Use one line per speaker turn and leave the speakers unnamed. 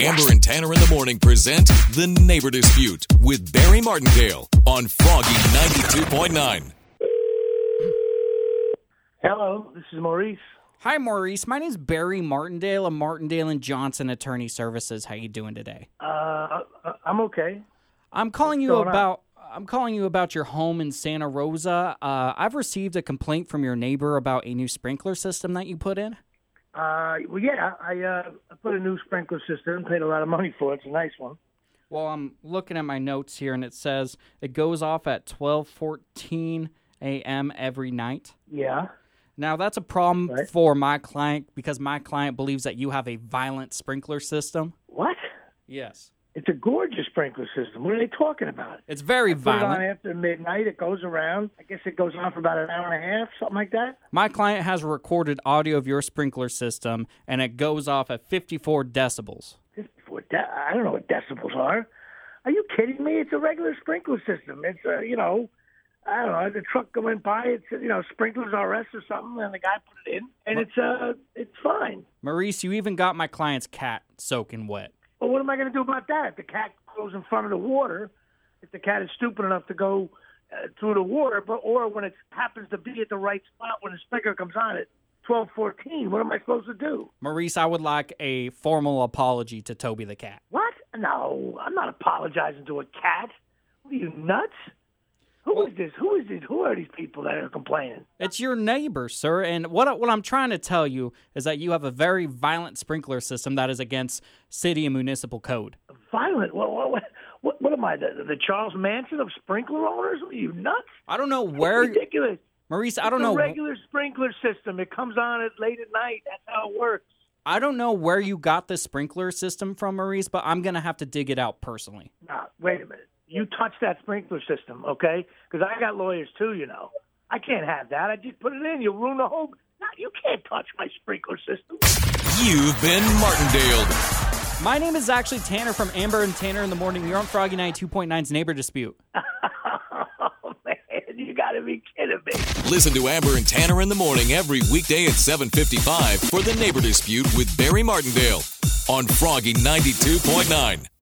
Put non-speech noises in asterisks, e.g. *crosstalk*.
Amber and Tanner in the morning present The Neighbor Dispute with Barry Martindale on Froggy 92.9.
Hello, this is Maurice.
Hi, Maurice. My name's Barry Martindale of Martindale and Johnson Attorney Services. How you doing today?
Uh, I, I- I'm okay.
I'm calling you
going on?
about. I'm calling you about your home in Santa Rosa. Uh, I've received a complaint from your neighbor about a new sprinkler system that you put in.
Uh, well, yeah, I, uh, I put a new sprinkler system, paid a lot of money for it. It's a nice one.
Well, I'm looking at my notes here, and it says it goes off at 12:14 a.m. every night.
Yeah.
Now, that's a problem
Right.
for my client because my client believes that you have a violent sprinkler system.
What?
Yes,
It's a gorgeous sprinkler system. What are they talking about?
it's very
Put it
violent.
on after midnight. It goes around. I guess it goes on for about an hour and a half, something like that.
My client has recorded audio of your sprinkler system and it goes off at 54 decibels.
Just before de- I don't know what decibels are. Are you kidding me? It's a regular sprinkler system. It's uh, you know, I don't know. The truck went by. It's you know, sprinklers RS or something, and the guy put it in, and it's uh, it's fine.
Maurice, you even got my client's cat soaking wet.
Well, what am I going to do about that? If the cat goes in front of the water, if the cat is stupid enough to go uh, through the water, but or when it happens to be at the right spot when the sprinkler comes on at twelve fourteen, what am I supposed to do?
Maurice, I would like a formal apology to Toby the cat.
What? No, I'm not apologizing to a cat. What are you nuts? Who is this? Who is this? Who are these people that are complaining?
It's your neighbor, sir, and what I- what I'm trying to tell you is that you have a very violent sprinkler system that is against city and municipal code.
Violent? What? What? What, what, what am I? The, the Charles Manson of sprinkler owners? Are you nuts?
I don't know where
Ridiculous.
Maurice, I don't
it's
know
A regular sprinkler system. It comes on at late at night. That's how it works.
I don't know where you got this sprinkler system from, Maurice, but I'm going to have to dig it out personally.
Nah, wait a minute. You touched that sprinkler system, okay? Because I got lawyers too, you know. I can't have that. I just put it in. You'll ruin the whole. No, you can't touch my sprinkler system. *laughs*
You've been Martindale.
My name is actually Tanner from Amber and Tanner in the Morning. You're on Froggy 92.9's Neighbor Dispute.
oh man, you got to be kidding me.
Listen to Amber and Tanner in the morning every weekday at 7:55 for The Neighbor Dispute with Barry Martindale on Froggy 92.9.